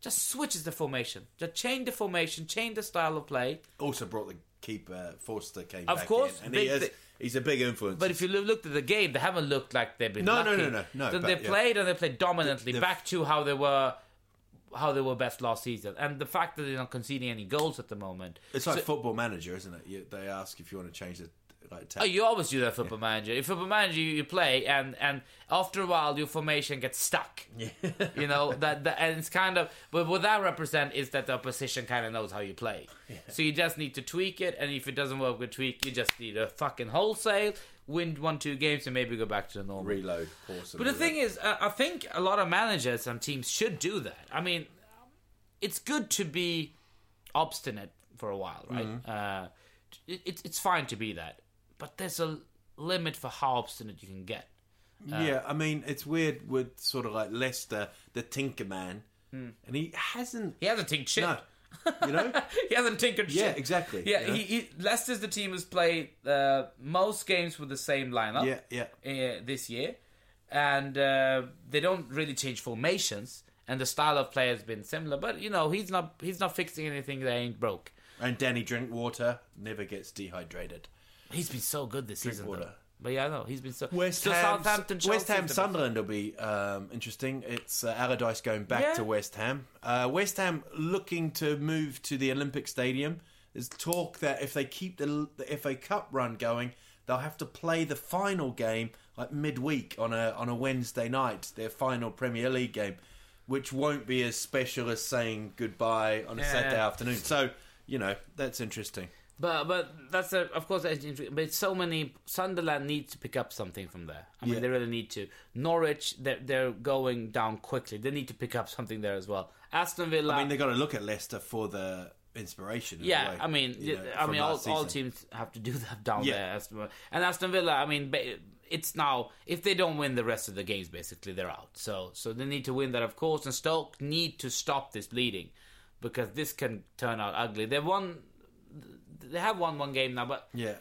S2: Just switches the formation. Just change the formation, change the style of play.
S1: Also brought the keeper Forster came
S2: Of
S1: back
S2: course,
S1: in, and he
S2: big
S1: is
S2: thi-
S1: he's a big influence.
S2: But if you look- looked at the game, they haven't looked like they've been
S1: No,
S2: lucky.
S1: no, no, no, no,
S2: Then
S1: but,
S2: they
S1: yeah.
S2: played and they played dominantly
S1: The- the-
S2: back to how they were, how they were best last season. And the fact that they're not conceding any goals at the moment.
S1: it's like Football Manager, isn't it? You, they ask if you want to change the like
S2: Oh,
S1: tactic.
S2: you always do that, football manager. If football manager, you, you play, and and after a while, your formation gets stuck. you know that, that, and it's kind of. But what that represent is that the opposition kind of knows how you play. So you just need to tweak it, and if it doesn't work with tweak, you just need a fucking wholesale win one two games and maybe go back to the normal.
S1: reload. Pause
S2: But the thing is, uh, I think a lot of managers and teams should do that. I mean, it's good to be obstinate for a while, right? Uh, it, it's- it's fine to be that, but there's a limit for how obstinate you can get.
S1: yeah, I mean, it's weird with sort of like Leicester, the Tinker Man, and he hasn't.
S2: Hmm. He hasn't tinkered shit.
S1: No, you know,
S2: he hasn't tinkered
S1: Yeah,
S2: shit.
S1: exactly,
S2: Yeah,
S1: you know?
S2: he, he Leicester's the team who's played uh, most games with the same lineup.
S1: Yeah, yeah.
S2: Uh, this year, and uh, they don't really change formations, and the style of play has been similar. But you know, he's not he's not fixing anything that ain't broke.
S1: and Danny Drinkwater never gets dehydrated.
S2: He's been so good this season, though.
S1: Drinkwater.
S2: But yeah, I know he's been so.
S1: West
S2: so
S1: Ham,
S2: Southampton,
S1: West
S2: Chelsea's
S1: Ham,
S2: the best.
S1: Sunderland will be um, interesting. It's uh, Allardyce going back
S2: Yeah.
S1: to West Ham. Uh, West Ham looking to move to the Olympic Stadium. There's talk that if they keep the, the FA Cup run going, they'll have to play the final game like midweek on a on a Wednesday night, their final Premier League game, which won't be as special as saying goodbye on a
S2: Yeah.
S1: Saturday afternoon. So you know that's interesting.
S2: But but that's a, of course that's interesting. But so many Sunderland need to pick up something from there. I mean,
S1: Yeah.
S2: they really need to. Norwich, they're, they're going down quickly. They need to pick up something there as well. Aston Villa.
S1: I mean, they got to look at Leicester for the inspiration. in a
S2: yeah,
S1: way,
S2: I mean,
S1: you know,
S2: I
S1: from
S2: mean, all,
S1: last
S2: all
S1: season.
S2: teams have to do that down
S1: Yeah.
S2: there. Aston Villa- And Aston Villa, I mean, ba- it's now if they don't win the rest of the games, basically they're out. So so they need to win that, of course. And Stoke need to stop this bleeding because this can turn out ugly. They've won. They have won one game now, but
S1: Yeah.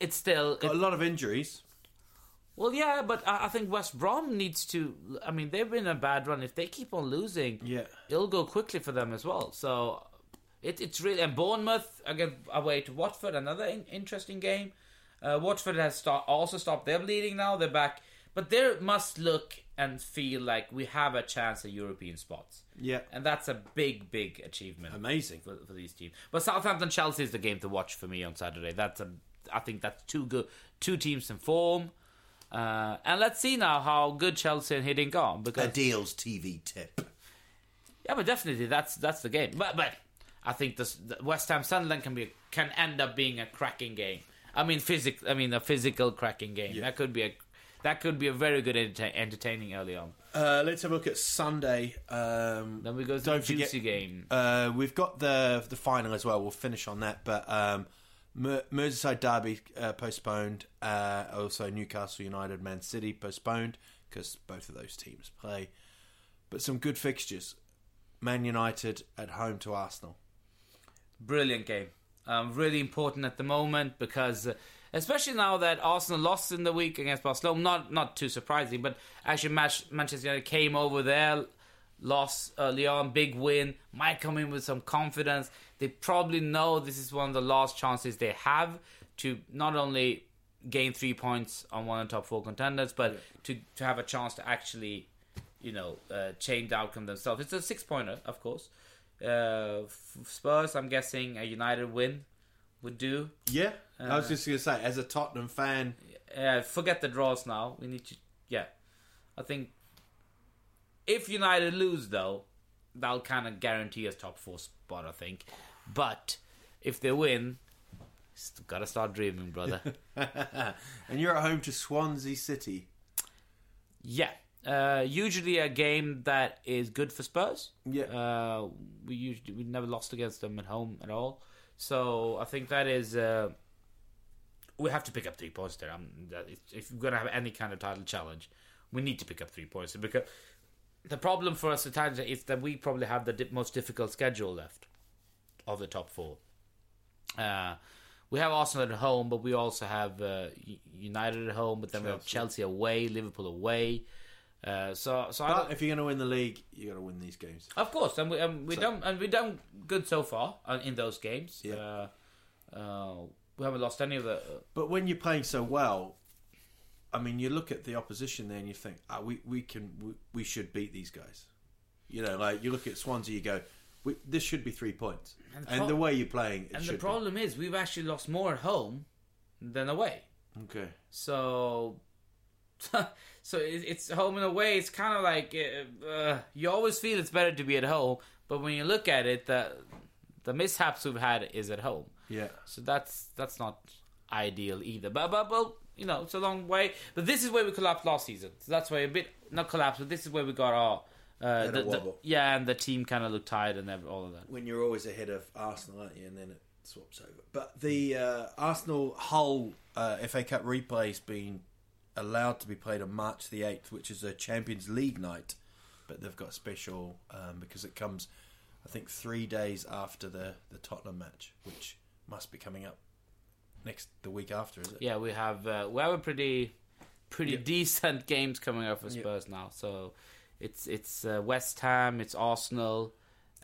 S2: it's still
S1: Got a lot of injuries.
S2: Well, yeah, but I, I think West Brom needs to. I mean, they've been a bad run. If they keep on losing,
S1: Yeah.
S2: it'll go quickly for them as well. So it, it's really and Bournemouth again away to Watford, another in, interesting game. Uh, Watford has start, also stopped their bleeding now. They're back, but they must look and feel like we have a chance at European spots.
S1: Yeah.
S2: and that's a big, big achievement.
S1: Amazing.
S2: for, for these teams. But Southampton Chelsea is the game to watch for me on Saturday. That's a, I think that's two good two teams in form. Uh, and let's see now how good Chelsea and Hiddink are because
S1: deals TV tip.
S2: yeah, but definitely that's that's the game. But but I think this the West Ham Sunderland can be can end up being a cracking game. I mean physic I mean a physical cracking game. That could be a that could be a very good entertain, entertaining early on.
S1: Uh, let's have a look at Sunday. Um,
S2: Then we go to
S1: Don't
S2: the juicy
S1: forget-
S2: game.
S1: uh, we've got the the final as well. We'll finish on that. But um, Mer- Merseyside Derby uh, postponed. Uh, also Newcastle United, Man City postponed because both of those teams play. But some good fixtures. Man United at home to Arsenal.
S2: Brilliant game. Um, really important at the moment because, uh, especially now that Arsenal lost in the week against Barcelona, not not too surprising, but actually match, Manchester United came over there, lost early on, big win, might come in with some confidence. They probably know this is one of the last chances they have to not only gain three points on one of the top four contenders, but to, to have a chance to actually you know, uh, change the outcome themselves. It's a six pointer, of course. Uh, f- Spurs, I'm guessing a United win would do.
S1: Yeah, I was just gonna say, as a Tottenham fan,
S2: Uh, forget the draws now. We need to, yeah. I think if United lose, though, that'll kind of guarantee us top four spot, I think. But if they win, Just gotta start dreaming, brother.
S1: and you're at home to Swansea City.
S2: yeah. Uh, usually a game that is good for Spurs.
S1: Yeah.
S2: Uh, we usually we never lost against them at home at all. So I think that is uh, we have to pick up three points there. Um, that- if- if we're gonna have any kind of title challenge, we need to pick up three points because the problem for us at times is that we probably have the di- most difficult schedule left of the top four. Uh, we have Arsenal at home, but we also have uh, U- United at home. But then we have Chelsea away, Liverpool away. Uh, so, so I don't-
S1: But if you're going to win the league, you got to win these games.
S2: of course, and we and we done and we done good so far uh, in those games. Uh, uh, we haven't lost any of the. uh,
S1: But when you're playing so well, I mean, you look at the opposition there and you think, ah, we we can we, we should beat these guys. You know, like you look at Swansea, you go, we, this should be three points. And
S2: And
S1: the,
S2: the pro-
S1: way you're playing, it
S2: and
S1: should
S2: the problem is, we've actually lost more at home than away.
S1: Be. Okay.
S2: So, so it, it's home and away. It's kind of like uh, uh, you always feel it's better to be at home, but when you look at it, the the mishaps we've had is at home.
S1: Yeah.
S2: So that's that's not ideal either. But but well, you know, it's a long way. But this is where we collapsed last season. So that's why a bit not collapsed, but this is where we got our uh,
S1: a
S2: the, the,
S1: wobble.
S2: yeah, and the team kind of looked tired and ev- all of that.
S1: When you're always ahead of Arsenal, aren't you? And then it swaps over. But the uh, Arsenal Hull uh, FA Cup replay's been allowed to be played on March the eighth, which is a Champions League night. But they've got a special um, because it comes, I think, three days after the the Tottenham match, which must be coming up next the week after, is it?
S2: Yeah, we have uh, we have a pretty pretty decent games coming up for Spurs now. So it's it's uh, West Ham, it's Arsenal,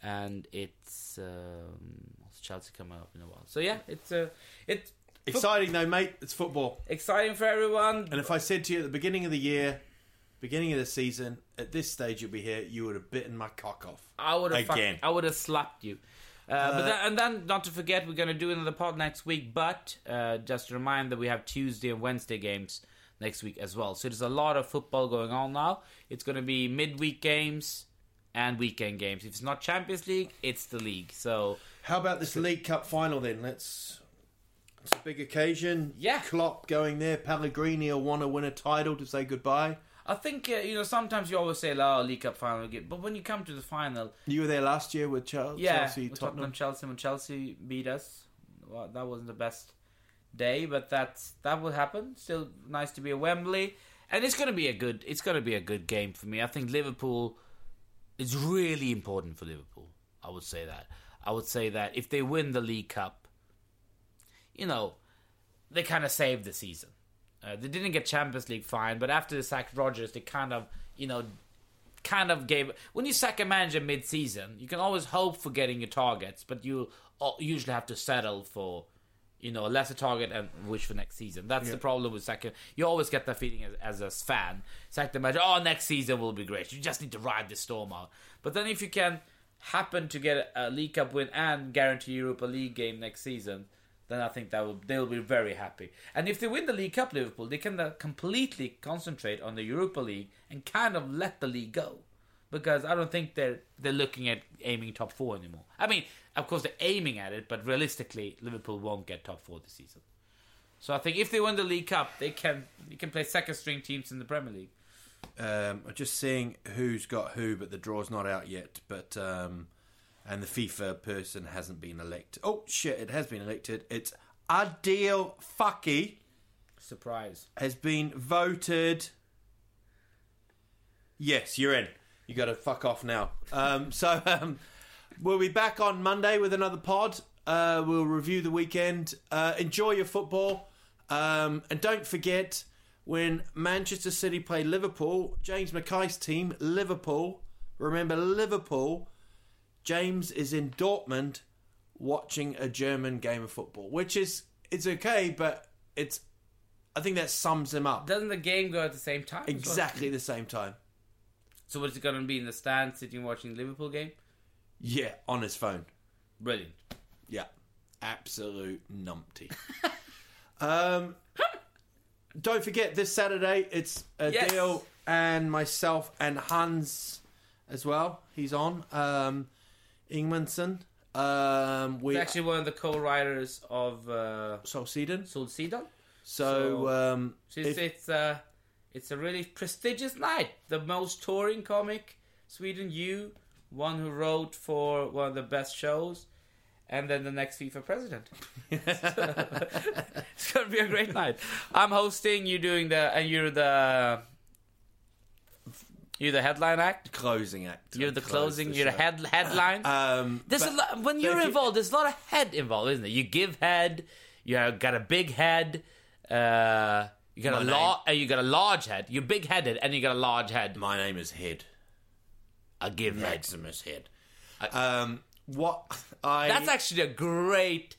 S2: and it's um, Chelsea coming up in a while. So yeah, it's uh, it's
S1: Exciting though, mate. It's football.
S2: exciting for everyone.
S1: And if I said to you at the beginning of the year, beginning of the season, at this stage you'll be here, you would have bitten my cock off.
S2: I would have
S1: Again.
S2: I would have slapped you. Uh, but then, and then, not to forget, we're going to do another pod next week. But uh, just a reminder that we have Tuesday and Wednesday games next week as well. So there's a lot of football going on now. It's going to be midweek games and weekend games. If it's not Champions League, it's the league. So
S1: How about this League Cup final then? Let's. It's a big occasion.
S2: Yeah.
S1: Klopp going there. Pellegrini will want to win a title to say goodbye.
S2: I think uh, you know sometimes you always say, "Oh, League Cup final," but when you come to the final,
S1: You were there last year with Chel-
S2: yeah,
S1: Chelsea,
S2: with
S1: Tottenham.
S2: Chelsea, when Chelsea beat us, well, that wasn't the best day, but that's that will happen. Still nice to be at Wembley, and it's gonna be a good. It's gonna be a good game for me. I think Liverpool. It's really important for Liverpool. I would say that. I would say that if they win the League Cup, you know, they kind of saved the season. Uh, they didn't get Champions League fine, but after they sacked Rodgers, they kind of, you know, kind of gave. When you sack a manager mid-season, you can always hope for getting your targets, but you uh, usually have to settle for, you know, a lesser target and wish for next season. That's the problem with sacking. You always get that feeling as, as a fan. Sack the manager, oh, next season will be great. You just need to ride the storm out. But then if you can happen to get a League Cup win and guarantee Europa League game next season, then I think that will they'll be very happy. And if they win the League Cup, Liverpool, they can uh, completely concentrate on the Europa League and kind of let the league go, because I don't think they're they're looking at aiming top four anymore. I mean, of course they're aiming at it, but realistically, Liverpool won't get top four this season. So I think if they win the League Cup, they can you can play second string teams in the Premier League.
S1: Um, I'm just seeing who's got who, but the draw's not out yet. But um, and the FIFA person hasn't been elected. Oh shit! It has been elected. It's Adil Faki
S2: Surprise!
S1: has been voted. Yes, you're in. You got to fuck off now. Um, so um, we'll be back on Monday with another pod. Uh, we'll review the weekend. Uh, enjoy your football, um, and don't forget when Manchester City play Liverpool. James Mackay's team, Liverpool. Remember Liverpool. James is in Dortmund watching a German game of football, which is it's okay, but it's I think that sums him up.
S2: Doesn't the game go at the same time? as well?
S1: exactly the same time.
S2: So what's it going to be in the stand, sitting watching Liverpool game?
S1: Yeah, on his phone.
S2: Brilliant.
S1: Yeah. Absolute numpty. um, don't forget this Saturday it's
S2: Yes.
S1: Adele and myself and Hans as well. He's on. Um Ingmanson. Um, we
S2: He's actually one of the co-writers of uh,
S1: Sol Sedan.
S2: Soul Seedon.
S1: So,
S2: So,
S1: um,
S2: So It's,
S1: if-
S2: it's, uh, it's a really prestigious night. The most touring comic, Sweden U, one who wrote for one of the best shows, and then the next FIFA president. it's gonna be a great night. I'm hosting. You doing the and you're the you're the headline act.
S1: closing act.
S2: You're
S1: and
S2: the
S1: close
S2: closing.
S1: the
S2: you're the
S1: show.
S2: head headline.
S1: Um,
S2: There's
S1: but-
S2: a lot when
S1: but
S2: you're
S1: if you-
S2: involved. There's a lot of head involved, isn't there? You give head. You have got a big head. Uh, you got
S1: My
S2: a large. Uh, you got a large head. You're big headed, and you got a large head.
S1: My name is Head.
S2: A give head.
S1: Maximus Head. Um, what I
S2: That's actually a great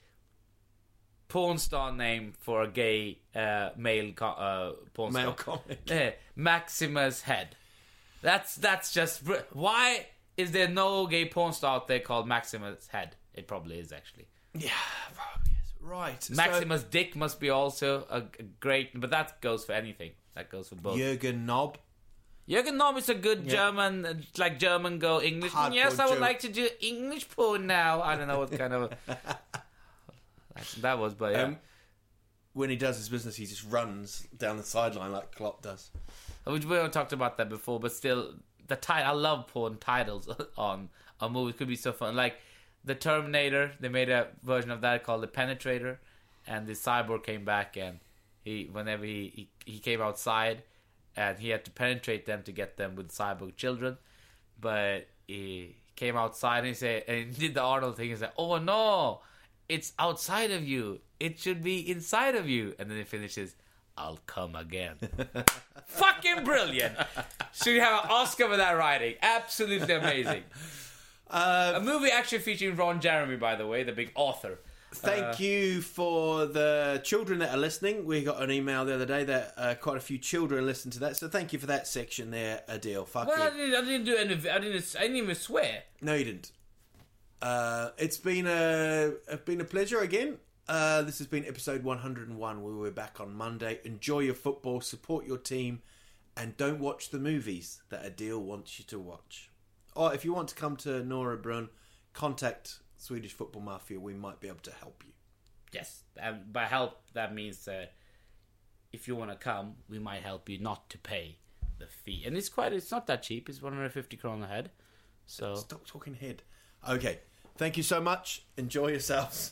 S2: porn star name for a gay uh, male co- uh, porn
S1: male
S2: star.
S1: comic.
S2: Eh, Maximus head. That's that's just br- why is there no gay porn star out there called Maximus head? It probably is actually.
S1: Yeah, oh, yes, right. So-
S2: Maximus Dick must be also a g- great, but that goes for anything. That goes for both.
S1: Jürgen Knob.
S2: Jürgen Norm is a good German, uh, like German girl English.
S1: Hardcore
S2: yes, I would
S1: Jew.
S2: like to do English porn now. I don't know what kind of That's- that was, but yeah.
S1: Um, when he does his business, he just runs down the sideline like Klopp does.
S2: we we all talked about that before, but still, the title. I love porn titles on a movie. It could be so fun. Like the Terminator, they made a version of that called the Penetrator, and the cyborg came back and he, whenever he he, he came outside, and he had to penetrate them to get them with cyborg children, but he came outside and he said and he did the Arnold thing. He said, "Oh no." It's outside of you. It should be inside of you. And then it finishes, I'll come again fucking brilliant. Should have an Oscar for that writing. Absolutely amazing.
S1: Uh,
S2: a movie actually featuring Ron Jeremy, by the way, the big author.
S1: Thank you for the children that are listening. We got an email the other day that uh, quite a few children listen to that. So thank you for that section there, Adil. Fuck
S2: Well, I
S1: you.
S2: didn't, I didn't do any. I didn't. I didn't even swear.
S1: No, you didn't. Uh, it's been a it's been a pleasure again. Uh, this has been episode 101. We were back on Monday. Enjoy your football, support your team, and don't watch the movies that Adil wants you to watch. Or if you want to come to Nora Brun, contact Swedish Football Mafia. We might be able to help you.
S2: Yes. Um, by help, that means uh, if you want to come, we might help you not to pay the fee. And it's quite. It's not that cheap. It's 150 kron a head. So
S1: Stop talking head. Okay. Thank you so much. Enjoy yourselves.